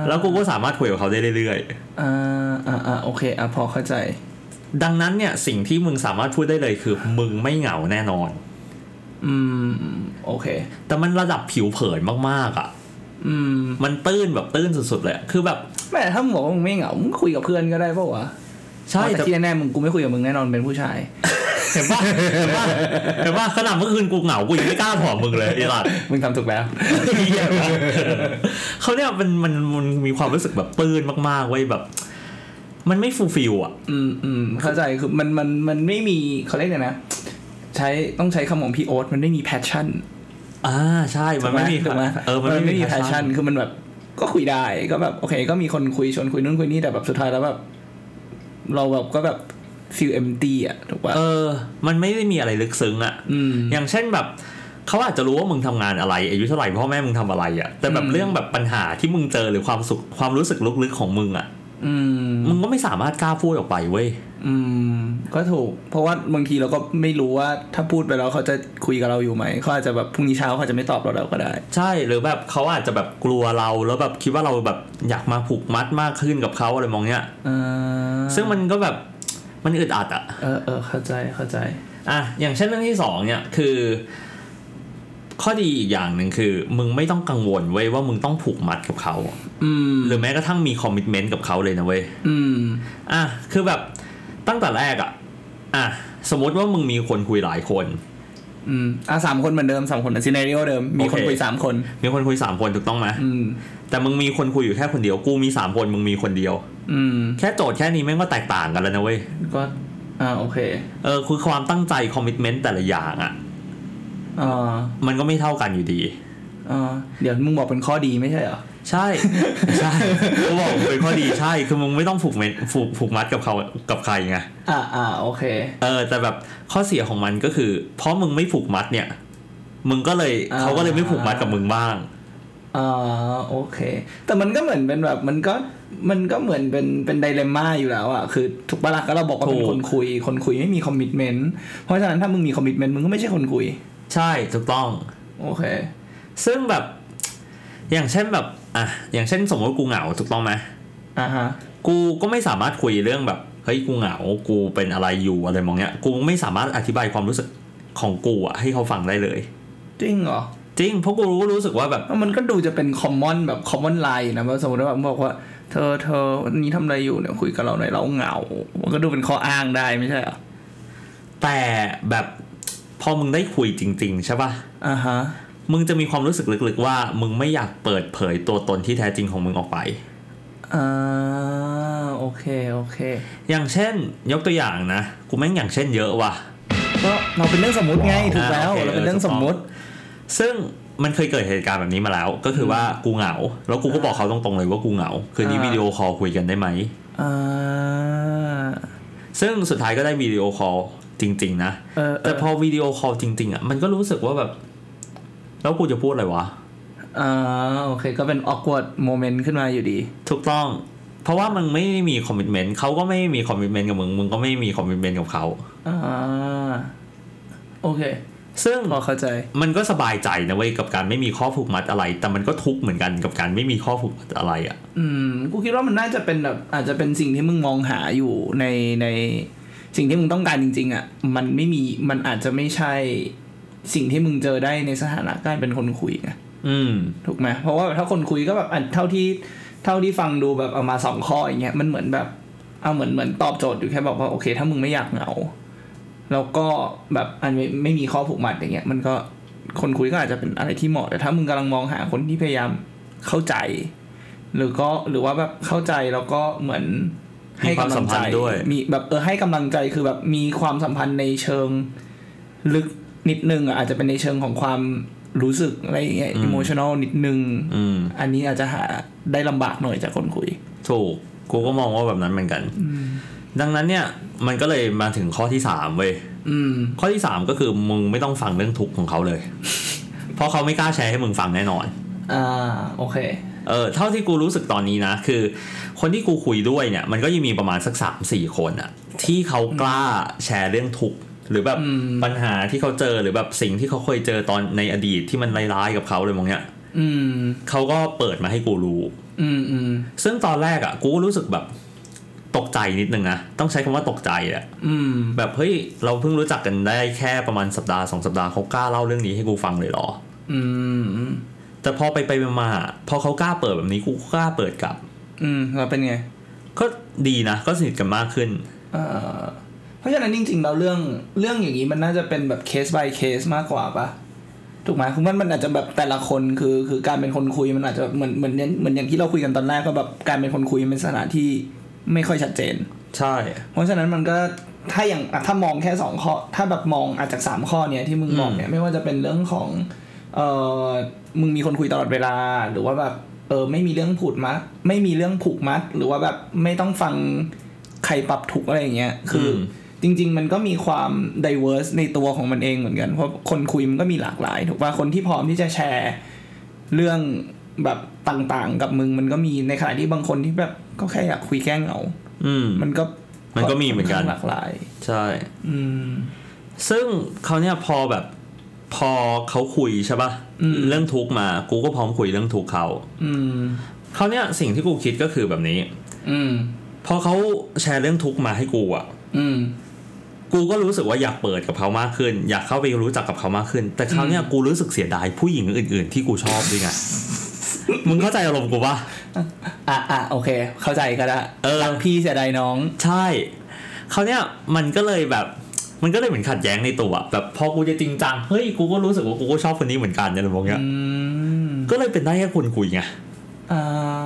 Speaker 1: แล้วกูก็สามารถคุยกับเขาได้เรื่อย
Speaker 2: อ่าอ่าอ่าโอเค อ่ะ พอเข้าใจ
Speaker 1: ๆ ดังนั้นเนี่ยสิ่งที่มึงสามารถพูดได้เลยคือ มึงไม่เหงาแน่นอน
Speaker 2: อืม โอเค
Speaker 1: แต่มันระดับผิวเผินมากๆอ่ะ
Speaker 2: อืม
Speaker 1: มันตื้นแบบตื้นสุดๆเลยอะคือแบบ
Speaker 2: แม่ถ้ามึงบอกว่ามึงไม่เหงา มึงคุยกับเพื่อนก็ได้เปล่าวะ
Speaker 1: ใช่
Speaker 2: แต่
Speaker 1: แต่
Speaker 2: ที่แน่ๆ มึงกูไม่คุยกับมึงแน่นอนเป็นผู้ชาย
Speaker 1: เห็นป่ะเห็นป่ะเห็นป่ะขนาดเมื่อคืนกูเหงากูยังไม่กล้าผอมมึงเลยไอ้ หลัด
Speaker 2: มึงทำถูกแล้ว
Speaker 1: เขาเนี่ยมันมันมันมีความรู้สึกแบบตื้นมากๆเว้ยแบบ มันไม่ฟูลฟิลอ่ะ
Speaker 2: อืมอืมเข้าใจคือมันมันมันไม่มีเขาเรียกไงนะ ใช้ต้องใช้คำของพี่โอ๊ตมันไม่มีแพชชั่น
Speaker 1: อ่าใช่มันไม่มี
Speaker 2: ถูกไหม
Speaker 1: เออมันไม่มี
Speaker 2: แพช
Speaker 1: passion
Speaker 2: ชั่นคือมันแบบก็คุยได้ก็แบบโอเค ก็มีคนคุยชวนคุยนู่นคุยนี่แต่แบบสุดท้ายแล้วแบบ เราแบบก็แบบฟีลเอมตี้อ่ะถูกป่ะ
Speaker 1: เออ มันไม่ได้มีอะไรลึกซึ้งอ่ะ
Speaker 2: อืม
Speaker 1: อย่างเช่นแบบ เขาอาจจะรู้ว่ามึงทำงานอะไร อายุเท่าไหร่พ่อแม่มึงทำอะไรอ่ะ แต่แบบ
Speaker 2: อืม
Speaker 1: เรื่องแบบปัญหาที่มึงเจอหรือความสุขความรู้สึกลึกๆของมึงอ่ะ
Speaker 2: อืม
Speaker 1: มึงก็ไม่สามารถกล้าพูดออกไปเว้ย
Speaker 2: อืม ก็ถูก เพราะว่าบางทีเราก็ไม่รู้ว่าถ้าพูดไปแล้วเขาจะคุยกับเราอยู่ไหมเขาอาจจะแบบพรุ่งนี้เช้าเขาจะไม่ตอบเราแล้วก็ได้
Speaker 1: ใช่หรือแบบเขาอาจจะแบบกลัวเราแล้วแบบคิดว่าเราแบบอยากมาผูกมัดมากขึ้นกับเขาอะไรมองเนี้ย
Speaker 2: เออ
Speaker 1: ซึ่งมันก็แบบมันอึดอัดอ่ะ
Speaker 2: เออเออเข้าใจเข้าใจ
Speaker 1: อ่ะอย่างเช่นเรื่องที่สองเนี่ยคือ ข้อดีอีกอย่างหนึ่งคือ มึงไม่ต้องกังวลเว้ยว่ามึงต้องผูกมัดกับเขา
Speaker 2: อืม
Speaker 1: หรือแม้กระทั่งมีคอมมิชเมนต์กับเขาเลยนะเว้ย
Speaker 2: อืม
Speaker 1: อ่ะคือแบบตั้งแต่แรกอ่ะอ่ะสมมติว่ามึงมีคนคุยหลายคน
Speaker 2: อืมอ่ะสามคนเหมือนเดิมสามคนซีนารีโอเดิม มีคน
Speaker 1: โอเค
Speaker 2: คุยสามคน
Speaker 1: มีคนคุยสามคนถูกต้องไหม
Speaker 2: อืม
Speaker 1: แต่มึงมีคนคุยอยู่แค่คนเดียวกูมีสามคนมึงมีคนเดียว
Speaker 2: อืม
Speaker 1: แค่โจทย์แค่นี้แม่งก็แตกต่างกันแล้วนะเว้ย
Speaker 2: ก็ อ่า โอเค
Speaker 1: เออคือความตั้งใจคอมมิชเมนต์แต่ละอย่างอ่ะ
Speaker 2: อ่า
Speaker 1: มันก็ไม่เท่ากันอยู่ดี
Speaker 2: อ่าเดี๋ยวมึงบอกเป็นข้อดีไม่ใช่เหรอ
Speaker 1: ใช่ ใช่กูบอกเป็นข้อดีใช่คือมึงไม่ต้องผูกเม็ดผูกผูกมัดกับเขากับใครไง
Speaker 2: อ่าอ่าโอเค
Speaker 1: เออแต่แบบข้อเสียของมันก็คือ เพราะมึงไม่ผูกมัดเนี่ย มึงก็เลย
Speaker 2: อ่า
Speaker 1: เขาก็เลยไม่ผูกมัดกับมึงบ้าง
Speaker 2: อ่า โอเค แต่มันก็เหมือนเป็นแบบ มันก็ มันก็เหมือนเป็น เป็นไดเลมม่าอยู่แล้วอ่ะ คือถูกปะล่ะก็เราบอกว่าเป็น
Speaker 1: ถูก
Speaker 2: คนคุย คนคุยไม่มีคอมมิชเมนต์ เพราะฉะนั้นถ้ามึงมีคอมมิชเมนต์มึงก็ไม่ใช่คนคุย
Speaker 1: ใช่ถูกต้อง
Speaker 2: โอเค
Speaker 1: ซึ่งแบบ อย่างเช่นแบบอ่ะอย่างเช่นสมมติกูเหงาถูกต้องไหม
Speaker 2: อ่าฮะ
Speaker 1: กูก็ไม่สามารถคุยเรื่องแบบเฮ้ยกูเหงากูเป็นอะไรอยู่อะไรมองเนี้ยกูไม่สามารถอธิบายความรู้สึกของกูอะให้เขาฟังได้เลย
Speaker 2: จริงเหรอ
Speaker 1: จริงเพราะกูรู้สึกว่าแบบ
Speaker 2: แล้วมันก็ดูจะเป็นคอมมอนแบบคอมมอนไลน์นะว่าสมมติว่าบอกว่า เธอเธอวันนี้ทำอะไรอยู่เนี่ยคุยกับเราหน่อยเราเหงา มันก็ดูเป็นข้ออ้างได้ไม่ใช่เหรอ
Speaker 1: แต่แบบพอมึงได้คุยจริง ๆ ใช่ปะ
Speaker 2: อ่าฮะ
Speaker 1: มึงจะมีความรู้สึกลึกๆว่า มึงไม่อยากเปิดเผยตัวตนที่แท้จริงของมึงออกไป
Speaker 2: อ่าโอเค โอเค
Speaker 1: อย่างเช่น ยกตัวอย่างนะ กูแม่งอย่างเช่นเยอะว่ะ
Speaker 2: ก็เราเป็นเรื่องสมมติไงถูกแล้ว
Speaker 1: อ่าโอเค
Speaker 2: เราเป็นเรื่องสมมติ
Speaker 1: ซึ่งมันเคยเกิดเหตุการณ์แบบนี้มาแล้ว ก็คือว่ากูเหงา แล้วกูก็บอกเขาตรงๆเลยว่ากูเหงา คืนนี้
Speaker 2: อ่า
Speaker 1: วิดีโอคอลคุยกันได้ไหม
Speaker 2: อ่า
Speaker 1: ซึ่งสุดท้ายก็ได้วิดีโอคอลจริง ๆ นะ
Speaker 2: เออเอ
Speaker 1: แต่
Speaker 2: อ
Speaker 1: พอวิดีโอคอลจริง ๆ อ่ะ มันก็รู้สึกว่าแบบ แล้วกูจะพูดอะไรวะ
Speaker 2: อ่าโอเค ก็เป็น awkward moment ขึ้นมาอยู่ดี
Speaker 1: ถูกต้อง เพราะว่ามึงไม่มีคอมมิชเมนต์เขาก็ไม่มีคอมมิชเมนต์กับมึง มึงก็ไม่มีคอมมิชเมนต์กับเขา
Speaker 2: อ่าโอเค
Speaker 1: ซึ่ง
Speaker 2: พอเข้าใจ
Speaker 1: มันก็สบายใจนะเว้ยกับการไม่มีข้อผูกมัดอะไร แต่มันก็ทุกข์เหมือนกันกับการไม่มีข้อผูกมัดอะไรอ่ะ
Speaker 2: อืม กูคิดว่ามันน่าจะเป็นแบบ อาจจะเป็นสิ่งที่มึงมองหาอยู่ในในสิ่งที่มึงต้องการจริง ๆ อ่ะ มันไม่มี มันอาจจะไม่ใช่สิ่งที่มึงเจอได้ในสถานะการเป็นคนคุยไง
Speaker 1: อืม
Speaker 2: ถูกไหมเพราะว่าถ้าคนคุยก็แบบอ่ะเท่าที่เท่าที่ฟังดูแบบเอามาสองข้ออย่างเงี้ยมันเหมือนแบบเอาเหมือนเหมือนตอบโจทย์อยู่แค่บอกว่าโอเค ถ้ามึงไม่อยากเหงาแล้วก็แบบอันไม่ไม่มีข้อผูกมัดอย่างเงี้ยมันก็คนคุยก็อาจจะเป็นอะไรที่เหมาะแต่ถ้ามึงกำลังมองหาคนที่พยายามเข้าใจ หรือก็หรือว่าแบบเข้าใจแล้วก็เหมือนให้กำ
Speaker 1: มีความ
Speaker 2: ลังใจ
Speaker 1: สัมพันธ์ด้วย
Speaker 2: มีแบบเออให้กำลังใจคือแบบมีความสัมพันธ์ในเชิง ลึกนิดนึงอ่ะอาจจะเป็นในเชิงของความรู้สึกอะไรอย่างเงี้ยอิโมชันอลนิดนึง
Speaker 1: อืม
Speaker 2: อันนี้อาจจะหาได้ลำบากหน่อยจากคนคุย
Speaker 1: ถูก กูก็มองว่าแบบนั้นเหมือนกัน ดังนั้นเนี่ย มันก็เลยมาถึงข้อที่สามเว้ย
Speaker 2: อืม
Speaker 1: ข้อที่สามก็คือมึงไม่ต้องฟังเรื่องทุกข์ของเขาเลย เพราะเขาไม่กล้าแชร์ให้มึงฟังแน่นอน
Speaker 2: อ่า โอเค
Speaker 1: เออเท่าที่กูรู้สึกตอนนี้นะ คือ คนที่กูคุยด้วยเนี่ย มันก็ยังมีประมาณสักสามสี่คนอะที่เขากล้าแชร์เรื่องทุกข์หรือแบบ
Speaker 2: อืม
Speaker 1: ปัญหาที่เขาเจอหรือแบบสิ่งที่เขาเคยเจอตอนในอดีตที่มันร้ายๆกับเขาเลยมองเนี้ย
Speaker 2: อืม
Speaker 1: เขาก็เปิดมาให้กูรู้
Speaker 2: อืมอืม
Speaker 1: ซึ่งตอนแรกอะกูก็รู้สึกแบบตกใจนิดนึงนะต้องใช้คำว่าตกใจแหละ
Speaker 2: อืม
Speaker 1: แบบเฮ้ยเราเพิ่งรู้จักกันได้แค่ประมาณสัปดาห์สองสัปดาห์เขากล้าเล่าเรื่องนี้ให้กูฟังเลยเหรอ
Speaker 2: อืม อืม
Speaker 1: แต่พอไปไปๆมาๆอะพอเขากล้าเปิดแบบนี้กูก็กล้าเปิดกลับ
Speaker 2: อืมแล้วเป็นไง
Speaker 1: ก็ดีนะ ก็สนิทกันมากขึ้น
Speaker 2: เอ่อ เพราะฉะนั้นจริงๆเราเรื่องเรื่องอย่างนี้มันน่าจะเป็นแบบเคส by เคสมากกว่าปะถูกไหมคือมันมันอาจจะแบบแต่ละคนคือคือการเป็นคนคุยมันอาจจะแบบเหมือนเหมือนเหมือนอย่างที่เราคุยกันตอนแรกก็แบบการเป็นคนคุยมันเป็นสถานที่ไม่ค่อยชัดเจน
Speaker 1: ใช่
Speaker 2: เพราะฉะนั้นมันก็ถ้าอย่างอ่ะถ้ามองแค่สองข้อ ถ้าแบบมองอาจจากสามข้อเนี่ยที่มึงบอกเนี่ยไม่ว่าจะเป็นเรื่องของเออมึงมีคนคุยตลอดเวลา หรือว่าแบบเออไม่มีเรื่องผูกมัด ไม่มีเรื่องผูกมัด หรือว่าแบบไม่ต้องฟังใครปรับถูกข์อะไรอย่างเงี้ยคืออ
Speaker 1: ม
Speaker 2: จริง ๆ มันก็มีความ diverse ในตัวของมันเองเหมือนกันเพราะคนคุยมันก็มีหลากหลายถูกป่ะคนที่พร้อมที่จะแชร์ เรื่องแบบต่างๆ กับมึงมันก็มีในขณะที่บางคนที่แบบก็แค่อยากคุยแก้เหงา
Speaker 1: อืม
Speaker 2: มันก็
Speaker 1: มันก็มีเหมือนกัน
Speaker 2: หลากหลาย
Speaker 1: ใช่
Speaker 2: อืม
Speaker 1: ซึ่งเขาเนี่ยพอแบบพอเขาคุยใช่ปะ
Speaker 2: อื่ ม
Speaker 1: ะ เรื่องทุกข์มา กูก็พร้อมคุยเรื่องทุกข์เขา
Speaker 2: อืม
Speaker 1: เขาวเนี่ยสิ่งที่กูคิดก็คือแบบนี้
Speaker 2: อืม
Speaker 1: พอเขาแชร์เรื่องทุกข์มาให้กูอะ่ะ
Speaker 2: อืม
Speaker 1: กูก็รู้สึกว่าอยากเปิดกับเขามากขึ้น อยากเข้าไปรู้จักกับเขามากขึ้น แต่คราวเนี่ยกูรู้สึกเสียดายผู้หญิงอื่น ๆ ที่กูชอบด้วย ไง มึงเข้าใจอารมณ์กูปะ
Speaker 2: อ่ะอ่ะโอเค เข้าใจก็ได้
Speaker 1: เออ
Speaker 2: รักพี่เสียดายน้อง
Speaker 1: ใช่เขาวเนี่ยมันก็เลยแบบ มันก็เลยเหมือนขัดแย้งในตัวอะแบบพอกูจะจริงจัง เฮ้ย กูก็รู้สึกว่ากูก็ชอบคนนี้เหมือนกันอะไรพวกเนี้ย
Speaker 2: อืม
Speaker 1: ก็เลยเป็นได้แค่คนคุยไง
Speaker 2: อ่า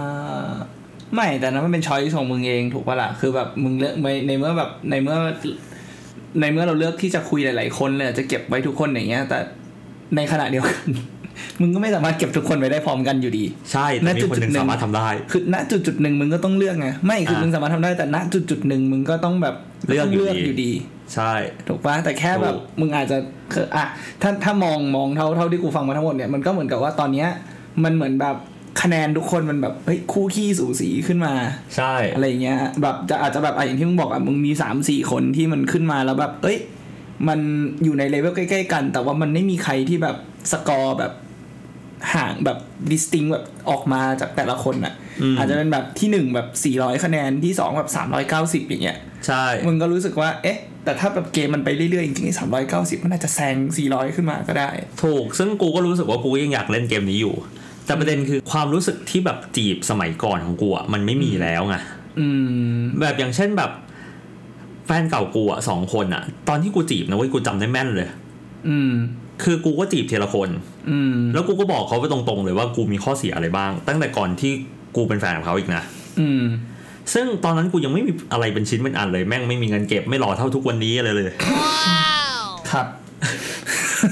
Speaker 2: ไม่แต่นั้นมันเป็นช้อยของมึงเองถูกปะล่ะ คือแบบมึงเลือกในในเมื่อแบบในเมื่อ ในเมื่อเราเลือกที่จะคุยหลาย ๆ คนเลยอาจจะเก็บไว้ทุกคนอย่างเงี้ย แต่ในขณะเดียวกัน มึงก็ไม่สามารถเก็บทุกคนไว้ได้พร้อมกันอยู่ดี
Speaker 1: ใช่แต่มี
Speaker 2: ณจุ
Speaker 1: ค
Speaker 2: ด
Speaker 1: นหนึ่ง
Speaker 2: จุดหนึ่ง
Speaker 1: สามารถทำได้
Speaker 2: คือณจุดจุดหนึ่งมึงก็ต้องเลือกไงไม่คือ
Speaker 1: อ่ะ
Speaker 2: มึงสามารถทำได้แต่ณจุดจุดหนึ่งมึงก็ต้องแบบ
Speaker 1: เลือก
Speaker 2: ต้ง
Speaker 1: อยู่
Speaker 2: เลือก
Speaker 1: ดี
Speaker 2: อยู่ดี
Speaker 1: ใช่
Speaker 2: ถูกปะแต่แค่แบบ
Speaker 1: ถูก
Speaker 2: มึงอาจจะคืออ่ะถ้าถ้ามองมองเท่าเท่าที่กูฟังมาทั้งหมดเนี่ยมันก็เหมือนกับว่าตอนเนี้ยมันเหมือนแบบคะแนนทุกคนมันแบบเฮ้ยคู่ขี้สูสีขึ้นมา
Speaker 1: ใช่
Speaker 2: อะไรอย่างเงี้ยแบบจะอาจจะแบบอ่ะอย่างที่มึงบอกอ่ะมึงมีสามสี่คนที่มันขึ้นมาแล้วแบบ เอ้ย มันอยู่ในเลเวลใกล้ ๆ กัน แต่ว่ามันไม่มีใครที่แบบสกอร์แบบห่างแบบดิสติงแบบออกมาจากแต่ละคนอ่ะ
Speaker 1: อืม
Speaker 2: อาจจะเป็นแบบที่หนึ่งแบบสี่ร้อยคะแนนที่สองแบบสามร้อยเก้าสิบอย่างเงี้ย
Speaker 1: ใช่
Speaker 2: มึงก็รู้สึกว่า เอ๊ะ แต่ถ้าแบบเกมมันไปเรื่อยๆจริงๆสามร้อยเก้าสิบมันอาจจะแซงสี่ร้อยขึ้นมาก็ได้
Speaker 1: ถูก ซึ่งกูก็รู้สึกว่ากูยังอยากเล่นเกมนี้อยู่ แต่ประเด็นคือความรู้สึกที่แบบจีบสมัยก่อนของกูอ่ะมันไม่มีแล้วไง
Speaker 2: อืม
Speaker 1: แบบอย่างเช่นแบบแฟนเก่ากูอ่ะสองคนอ่ะ ตอนที่กูจีบนะเว้ยกูจำได้แม่นเลย
Speaker 2: อืม
Speaker 1: คือกูก็จีบทีละคน
Speaker 2: อืม
Speaker 1: แล้วกูก็บอกเขาไปตรงๆเลยว่ากูมีข้อเสียอะไรบ้าง ตั้งแต่ก่อนที่กูเป็นแฟนกับเขาอีกนะ
Speaker 2: อืม
Speaker 1: ซึ่งตอนนั้นกูยังไม่มีอะไรเป็นชิ้นเป็นอันเลยแม่งไม่มีเงินเก็บไม่หล่อเท่าทุกวันนี้อะไรเลย
Speaker 2: ครับ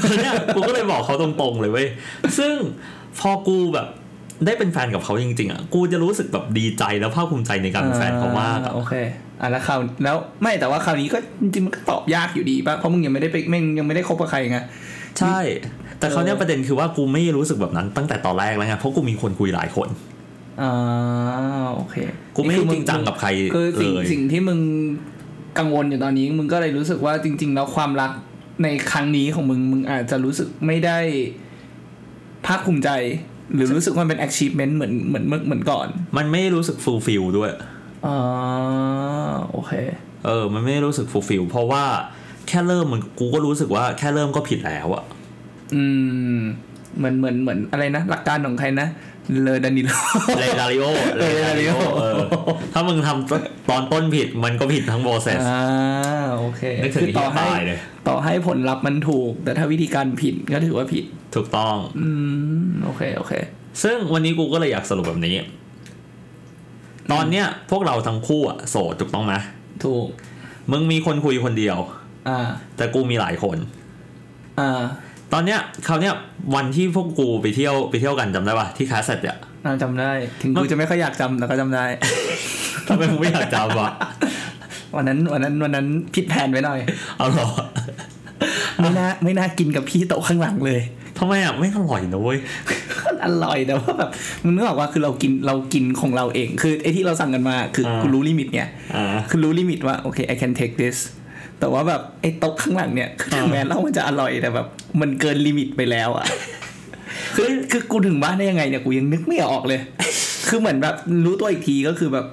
Speaker 1: คือเนี่ยกูก็เลยบอกเขาตรงๆเลยเว้ย ซึ่งพอกูแบบได้เป็นแฟนกับเขาจริงๆอ่ะ กูจะรู้สึกแบบดีใจแล้วภาคภูมิใจในการเป็นแฟนเขามาก
Speaker 2: อ่
Speaker 1: อะ
Speaker 2: โอเค อ่ะแล้วคราวแล้วไม่แต่ว่าคราวนี้ก็จริงๆมันก็ตอบยากอยู่ดีป่ะ เพราะมึงยังไม่ได้ไปมึงยังไม่ได้คบกับใครไง
Speaker 1: ใช่ แต่เขาวเนี่ย
Speaker 2: เออ
Speaker 1: ประเด็นคือว่ากูไม่รู้สึกแบบนั้นตั้งแต่ตอนแรกแล้วไง เพราะกูมีคนคุยหลายคน
Speaker 2: อ่าโอเค
Speaker 1: กูไม่ได้
Speaker 2: นี่คือ
Speaker 1: จริงจังกับใคร
Speaker 2: คือ
Speaker 1: เล
Speaker 2: สิ่ง
Speaker 1: ย
Speaker 2: สิ่งที่มึงกังวลอยู่ตอนนี้ มึงก็เลยรู้สึกว่าจริง ๆ แล้วความรักในครั้งนี้ของมึง มึงอาจจะรู้สึกไม่ได้ภาคภูมิใจ หรือรู้สึกว่ามันเป็น achievement เหมือนเหมือนเมื่อเหมือนก่อน
Speaker 1: มันไม่ได้รู้สึกฟูลฟิลด้วย
Speaker 2: อ่าโอเค
Speaker 1: เออ มันไม่ได้รู้สึกฟูลฟิลเพราะว่าแค่เริ่มมันกูก็รู้สึกว่าแค่เริ่มก็ผิดแล้วอะ
Speaker 2: อืมเหมือนเหมือนเหมือนอะไรนะ หลักการของใครนะ เลอดานิโล
Speaker 1: เลดาริโอ
Speaker 2: เออ Dario
Speaker 1: เออถ้ามึงทำตอนต้นผิดมันก็ผิดทั้งโปรเซส
Speaker 2: อ่าโอเค
Speaker 1: นึกถึง
Speaker 2: คือต่อ
Speaker 1: ไอ้เหี้ย
Speaker 2: ให้
Speaker 1: ตายเลย
Speaker 2: ต่อให้ผลลัพธ์มันถูก แต่ถ้าวิธีการผิดก็ถือว่าผิด
Speaker 1: ถูกต้อง
Speaker 2: อืม โอเค โอเค
Speaker 1: ซึ่งวันนี้กูก็เลยอยากสรุปแบบนี้ ตอนเนี้ยพวกเราทั้งคู่อะโสดถูกต้องไหม
Speaker 2: ถูก
Speaker 1: มึงมีคนคุยคนเดียว
Speaker 2: อ่า
Speaker 1: แต่กูมีหลายคน
Speaker 2: อ่า
Speaker 1: ตอนเนี้ยคราวเนี้ยวันที่พวกกูไปเที่ยวไปเที่ยวกันจำได้ปะที่คาสเซ็ตเนี่ย
Speaker 2: น่าจำได้ ถึง
Speaker 1: มัน
Speaker 2: กูจะไม่ค่อยอยากจำแต่ก็จำได้
Speaker 1: ทำไมมึงไม่อยากจำวะ
Speaker 2: วันนั้นวันนั้นวันนั้นผิดแผนไว้ หน่อย
Speaker 1: เอาเหรอ
Speaker 2: ไม่น่าไม่น่ากินกับพี่โต๊ะข้างหลังเลย
Speaker 1: ทำไมอะไม่อร่อยนะเว้ย
Speaker 2: มันอร่อยแต่ว่าแบบมึงนึกออกว่าคือเรากินเรากินของเราเอง คือไอ้ที่เราสั่งกันมาคืออา กูรู้ลิมิตเนี่ย
Speaker 1: อ่า
Speaker 2: คือรู้ลิมิตว่าโอเค I can take this แต่ว่าแบบไอ้โต๊ะข้างหลังเนี่ยคือถึง
Speaker 1: อ่า
Speaker 2: แม้เรามันจะอร่อยแต่แบบ มันเกินลิมิตไปแล้ว อะ่ะ คือคือกูถึงบ้านได้ยังไงเนี่ยกูยังนึกไม่ออกเลย คือเหมือนแบบรู้ตัวอีกทีก็คือแบบ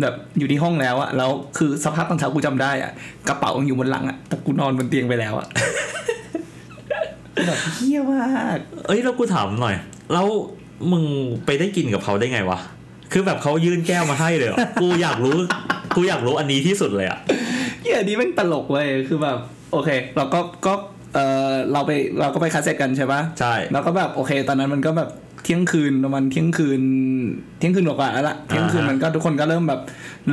Speaker 2: แบบอยู่ที่ห้องแล้วอะแล้วคือสภาพตอนเช้ากูจำได้อะกระเป๋ายังอยู่บนหลังอะแต่กูนอนบนเตียงไปแล้วอะ แบบเฮี้ยมาก
Speaker 1: เอ้ยแล้วกูถามหน่อย แล้วมึงไปได้กินกับเขาได้ไงวะ คือแบบเขายื่นแก้วมาให้เลยเหรอ กูอยากรู้ กูอยากรู้อันนี้ที่สุดเลยอะ
Speaker 2: เฮี้ยนี้แม่งตลกเว้ยคือแบบ โอเค เราก็ก็เออเราไปเราก็ไปคาเซ็ตกันใช่ปะ
Speaker 1: ใช่
Speaker 2: แล้วก็แบบโอเคตอนนั้นมันก็แบบเที่ยงคืนประมาณเที่ยงคืน เที่ยงคืนกว่าๆแล้วละเที่ยงคืน
Speaker 1: อ่าฮะ
Speaker 2: มันก็ทุกคนก็เริ่มแบบ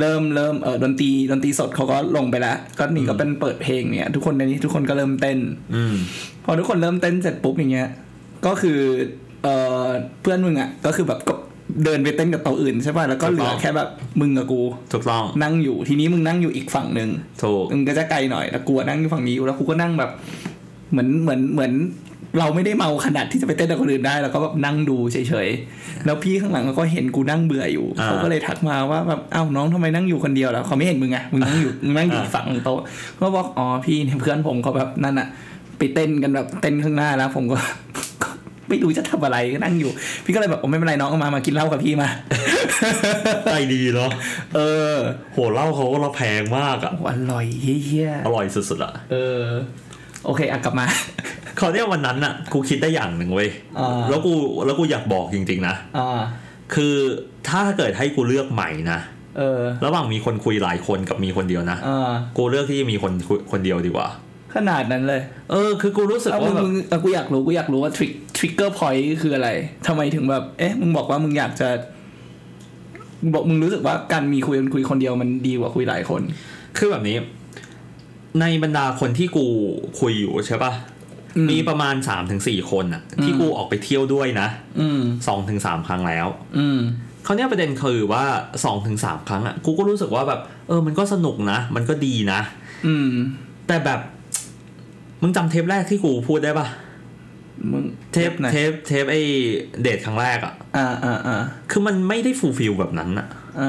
Speaker 2: เริ่มเริ่มเออดนตรีดนตรีสดเขาก็ลงไปแล้ว ก็นี่ก็เป็นเปิดเพลงเนี่ยทุกคนในนี้ทุกคนก็เริ่มเต้น
Speaker 1: อืม
Speaker 2: พอทุกคนเริ่มเต้นเสร็จปุ๊บอย่างเงี้ย ก็คือเออเพื่อนมึงอ่ะก็คือแบบก็เดินไปเต้นกับโต๊ะอื่นใช่ป่ะแล้วก็เหลือแค่แบบมึงกับกู
Speaker 1: ถูกต้อง
Speaker 2: นั่งอยู่ทีนี้มึงนั่งอยู่อีกฝั่งหนึ่ง
Speaker 1: ถูก
Speaker 2: มึงก็จะไกลหน่อยแล้วกูอะนั่งอยู่ฝั่งนี้อยู่แล้วกูก็นั่งแบบ เหมือนเหมือนเหมือน เราไม่ได้เมาขนาดที่จะไปเต้นกับคนอื่นได้แล้วก็แบบนั่งดูเฉยๆแล้วพี่ข้างหลังเขาก็เห็นกูนั่งเบื่ออยู่
Speaker 1: อ่า
Speaker 2: เขาก็เลยทักมาว่าแบบเอ้าน้องทำไมนั่งอยู่คนเดียวแล้วเขาไม่เห็นมึงไงมึงนั่งอยู่มึงนั่งอยู่อีกฝั่งโต๊ะก็บอกอ๋อพี่เนี่ยเพื่อนผมเขาแบบนั่นอะไปเต้นกันแบบเต้นข้างหน้าแล้วผมก็ ก็ไม่รู้จะทำอะไรก็นั่งอยู่ พี่ก็เลยแบบโอ้ไม่เป็นไรน้องเอามามากินเหล้ากับพี่มา
Speaker 1: ใจดีเนาะ
Speaker 2: เออ
Speaker 1: โหเหล่าเขาเราแพงมากอะ
Speaker 2: โอ้อร่อยเฮี้ยๆ
Speaker 1: อร่อยสุดๆอะ
Speaker 2: เออ โอเคอ่ะกลับมา
Speaker 1: เขาวเนี่ยวันนั้นอะกูคิดได้อย่างหนึ่งเว้ย
Speaker 2: อ่า
Speaker 1: แล้วกูแล้วกูอยาก บอกจริงๆนะ
Speaker 2: อ่า
Speaker 1: คือถ้าเกิดให้กูเลือกใหม่นะ
Speaker 2: เออ
Speaker 1: ระหว่างมีคนคุยหลายคนกับมีคนเดียวนะ
Speaker 2: อ่า
Speaker 1: กูเลือกที่จะมีคนคุยคนเดียวดีกว่า
Speaker 2: ขนาดนั้นเลย
Speaker 1: เออ คือกูรู้สึก
Speaker 2: เอามึ
Speaker 1: ว่าง แบบ
Speaker 2: มึงเอากูอยากรู้กูอยากรู้ว่าทริกทริกเกอร์พอยต์คืออะไรทำไมถึงแบบเอ๊ะมึงบอกว่ามึงอยากจะมึงบอกมึงรู้สึกว่าการมีคุยคุยคนเดียวมันดีกว่าคุยหลายคน
Speaker 1: คือแบบนี้ ในบรรดาคนที่กูคุยอยู่ใช่ปะ
Speaker 2: อืม
Speaker 1: มีประมาณสามถึงสี่คนอะที่กูออกไปเที่ยวด้วยนะ
Speaker 2: อืม
Speaker 1: สองถึงสามครั้งแล้ว
Speaker 2: อืม
Speaker 1: เขาวเนี้ยประเด็นคือว่าสองถึงสามครั้งอะกูก็รู้สึกว่าแบบ เออ มันก็สนุกนะ มันก็ดีนะ
Speaker 2: อืม
Speaker 1: แต่แบบ มึงจำเทปแรกที่กูพูดได้ปะ
Speaker 2: มึง
Speaker 1: เทป
Speaker 2: ไหน
Speaker 1: เทปเทปไอ้เดทครั้งแรกอะ
Speaker 2: อ่าอ่าอ่า
Speaker 1: คือมันไม่ได้ฟูลฟิลแบบนั้นอะ
Speaker 2: อ่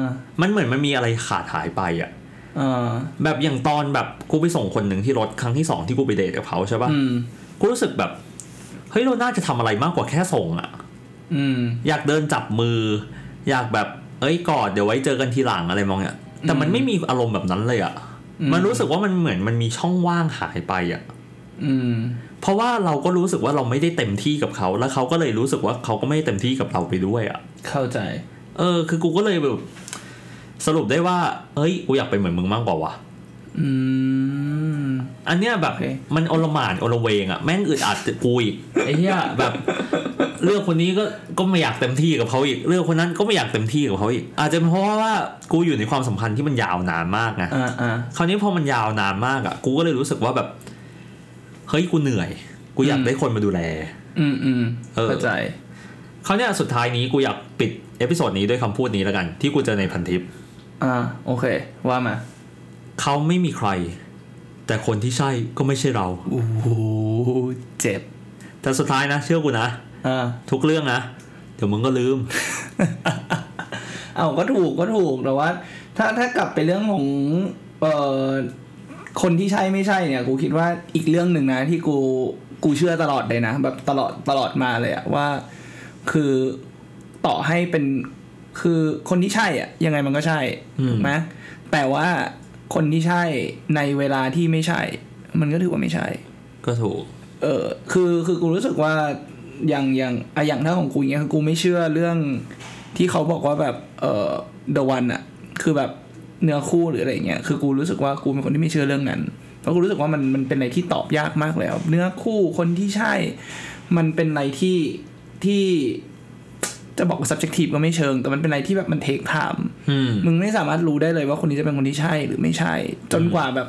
Speaker 2: า
Speaker 1: มันเหมือนมันมีอะไรขาดหายไปอะ
Speaker 2: เออ
Speaker 1: แบบอย่างตอนแบบกูไปส่งคนหนึ่งที่รถครั้งที่สองที่กูไปเดทกับเขาใช่ป่ะ
Speaker 2: อืม
Speaker 1: กูรู้สึกแบบเฮ้ยเราน่าจะทำอะไรมากกว่าแค่ส่งอะ
Speaker 2: อืม
Speaker 1: อยากเดินจับมือ อยากแบบเอ้ยกอดเดี๋ยวไว้เจอกันทีหลังอะไรมองเนี่ยแต่มัน
Speaker 2: อืม
Speaker 1: ไม่มีอารมณ์แบบนั้นเลยอะ
Speaker 2: อื
Speaker 1: มันรู้สึกว่ามันเหมือนมันมีช่องว่างหายไปอะ
Speaker 2: อืม
Speaker 1: เพราะว่าเราก็รู้สึกว่าเราไม่ได้เต็มที่กับเขา แล้วเขาก็เลยรู้สึกว่าเขาก็ไม่ได้เต็มที่กับเราไปด้วยอะ่ะ
Speaker 2: เข้าใจ
Speaker 1: เออ คือกูก็เลยแบบสรุปได้ว่า เฮ้ย กูอยากเป็นเหมือนมึงมากกว่าวะ
Speaker 2: อืม
Speaker 1: อันเนี้ยแบบ
Speaker 2: โอเค
Speaker 1: มันอลหมานอลเวงอะ่ะ แม่งอึดอัดกูอีกไอ้เหี้ยแบบ เลือกคนนี้ก็ก็ไม่อยากเต็มที่กับเขาอีก เลือกคนนั้นก็ไม่อยากเต็มที่กับเขาอีก อาจจะเป็นเพราะว่ากูอยู่ในความสัมพันธ์ที่มันยาวนานมากไง
Speaker 2: อ่าอ่า
Speaker 1: คราวนี้พอมันยาวนานมากอะ่ะ กูก็เลยรู้สึกว่าแบบ เฮ้ย กูเหนื่อย กูอยาก
Speaker 2: อืม
Speaker 1: ได้คนมาดูแล
Speaker 2: อืมอืม
Speaker 1: เออ
Speaker 2: เข้าใจ
Speaker 1: เขาวเนี่ยสุดท้ายนี้กูอยากปิดเอพิโซดนี้ด้วยคำพูดนี้แล้วกัน ที่กูเจอในพันทิป
Speaker 2: อ่า โอเค ว่ามา
Speaker 1: เขาไม่มีใคร แต่คนที่ใช่ก็ไม่ใช่เรา
Speaker 2: โอ้โหเจ็บ
Speaker 1: แต่สุดท้ายนะ เชื่อกูนะ
Speaker 2: อ่า
Speaker 1: ทุกเรื่องนะ เดี๋ยวมึงก็ลืม
Speaker 2: เอาก็ถูกก็ถูกแต่ว่า ถ้าถ้ากลับไปเรื่องของเอ่อคนที่ใช่ไม่ใช่เนี่ย กูคิดว่าอีกเรื่องหนึ่งนะ ที่กูกูเชื่อตลอดเลยนะ แบบตลอดตลอดมาเลยอะว่า คือต่อให้เป็นคือคนที่ใช่อะยังไงมันก็ใช่
Speaker 1: อืม
Speaker 2: ถูกไหมแต่ว่าคนที่ใช่ในเวลาที่ไม่ใช่ มันก็ถือว่าไม่ใช่
Speaker 1: ก็ถูก
Speaker 2: เออคือคือกูรู้สึกว่าอย่างอย่างอะอย่างถ้าของกูอย่างเงี้ยคือกูไม่เชื่อเรื่องที่เขาบอกว่าแบบเออ the one อะคือแบบเนื้อคู่หรืออะไรอย่างเงี้ยคือกูรู้สึกว่ากูเป็นคนที่ไม่เชื่อเรื่องนั้นเพราะกูรู้สึกว่ามันมันเป็นอะไรที่ตอบยากมากแล้วเนื้อคู่คนที่ใช่ มันเป็นอะไรที่ที่จะบอกว่า subjective ก็ไม่เชิง แต่มันเป็นอะไรที่แบบมันเทคไทม์
Speaker 1: อืม
Speaker 2: มึงไม่สามารถรู้ได้เลยว่าคนนี้จะเป็นคนที่ใช่หรือไม่ใช่ จนกว่าแบบ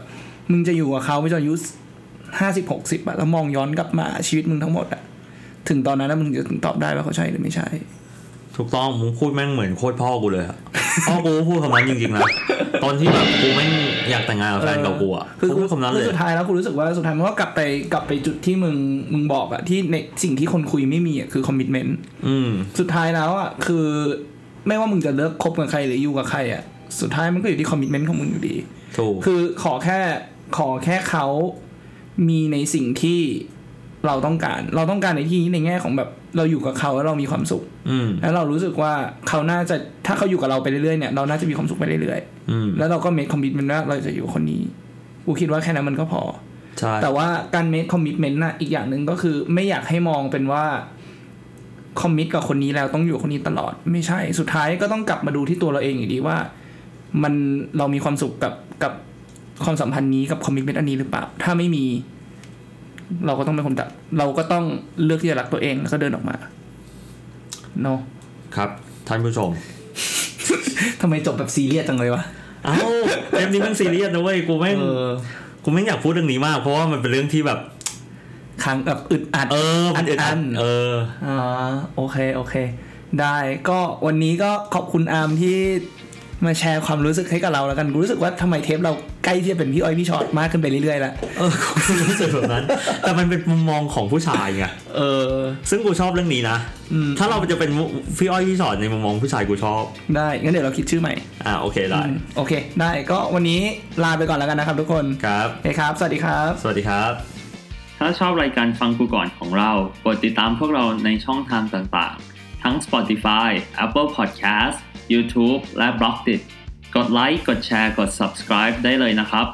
Speaker 2: มึงจะอยู่กับเขาไปจนอายุ ห้าสิบหกสิบอะแล้วมองย้อนกลับมาชีวิตมึงทั้งหมดอะถึงตอนนั้นแล้วมึงจะถึงตอบได้ว่าเขาใช่หรือไม่ใช่
Speaker 1: ถูกต้อง มึงพูดแม่งเหมือนโคตรพ่อกูเลยอะ พ่อกูก็พูดคำนั้นจริงๆนะ ตอนที่แบบกูแม่งอยากแต่งงานกับแฟนเก่ากูอ่ะ
Speaker 2: คือ
Speaker 1: กูพูดคำนั้นเลย
Speaker 2: สุดท้ายแล้วกูรู้สึกว่าสุดท้ายมันก็กลับไปกลับไปจุดที่มึงมึงบอกอะที่ในสิ่งที่คนคุยไม่มีอะคือคอมมิชเมนต์
Speaker 1: อืม
Speaker 2: สุดท้ายแล้วอะคือไม่ว่ามึงจะเลิกคบกับใครหรืออยู่กับใครอะสุดท้ายมันก็อยู่ที่คอมมิชเมนต์ของมึงอยู่ดี
Speaker 1: ถูก
Speaker 2: คือขอแค่ขอแค่เขามีในสิ่งที่เราต้องการ เราต้องการในที่นี้ในแง่ของแบบเราอยู่กับเขาแล้วเรามีความสุข
Speaker 1: อืม
Speaker 2: แล้วเรารู้สึกว่าเขาน่าจะถ้าเขาอยู่กับเราไปเรื่อยๆเนี่ยเราน่าจะมีความสุขไปเรื่อย
Speaker 1: อืม
Speaker 2: ๆ แล้วเราก็เมคคอมมิชเมนต์ว่าเราจะอยู่กับคนนี้กูคิดว่าแค่นั้นมันก็พอ
Speaker 1: ใช่
Speaker 2: แต่ว่าการเมคคอมมิชเมนต์น่ะอีกอย่างหนึ่งก็คือไม่อยากให้มองเป็นว่าคอมมิตกับคนนี้แล้วต้องอยู่กับคนนี้ตลอดไม่ใช่สุดท้ายก็ต้องกลับมาดูที่ตัวเราเองอยู่ดีว่า มันเรามีความสุขกับกับความสัมพันธ์นี้กับคอมมิชเมนต์อันนี้หรือเปล่าถ้าไม่มี เราก็ต้องเป็นคนตัดเราก็ต้องเลือกที่จะรักตัวเองแล้วก็เดินออกมาเนาะ
Speaker 1: ครับ ท่านผู้ชม
Speaker 2: ทำไมจบแบบซีเรียสจังเลยวะ
Speaker 1: เอ้าเทปนี้แม่งซีเรียสนะเว้ย กูแม่ง
Speaker 2: เออ
Speaker 1: กูไม่อยากพูดเรื่องนี้มากเพราะว่ามันเป็นเรื่องที่แบบ
Speaker 2: ค้างแบบอึดอัด
Speaker 1: เออมันอึดอั
Speaker 2: อั
Speaker 1: ด
Speaker 2: น
Speaker 1: เออ
Speaker 2: อ่าโอเค โอเค ได้ก็วันนี้ก็ขอบคุณอาร์มที่มาแชร์ความรู้สึกให้กับเราแล้วกัน รู้สึกว่าทำไมเทปเราใกล้ที่จะเป็นพี่อ้อยพี่ชอตมากขึ้นไปเรื่อยๆละ
Speaker 1: เออกูรู้สึกแบบนั้น แต่มันเป็นมุมมองของผู้ชายไง
Speaker 2: เออ
Speaker 1: ซึ่งกูชอบเรื่องนี้นะ
Speaker 2: อืม
Speaker 1: ถ้าเราจะเป็นพี่อ้อยพี่สอนในมุมมองผู้ชายกูชอบ
Speaker 2: ได้งั้นเดี๋ยวเราคิดชื่อใหม่
Speaker 1: อ่าโอเคได้
Speaker 2: อืมโอเค ได้ก็วันนี้ลาไปก่อนแล้วกันนะครับทุกคน
Speaker 1: ครับ
Speaker 2: โอเคครับ สวัสดีครับ
Speaker 1: สวัสดีครับ
Speaker 3: ถ้าชอบรายการฟังกูก่อนของเรา กดติดตามพวกเราในช่องทางต่างๆ ทั้ง Spotify, Apple Podcast, YouTube และ b l o g d i t กดไลค์ กดแชร์ กด subscribe ได้เลยนะครับ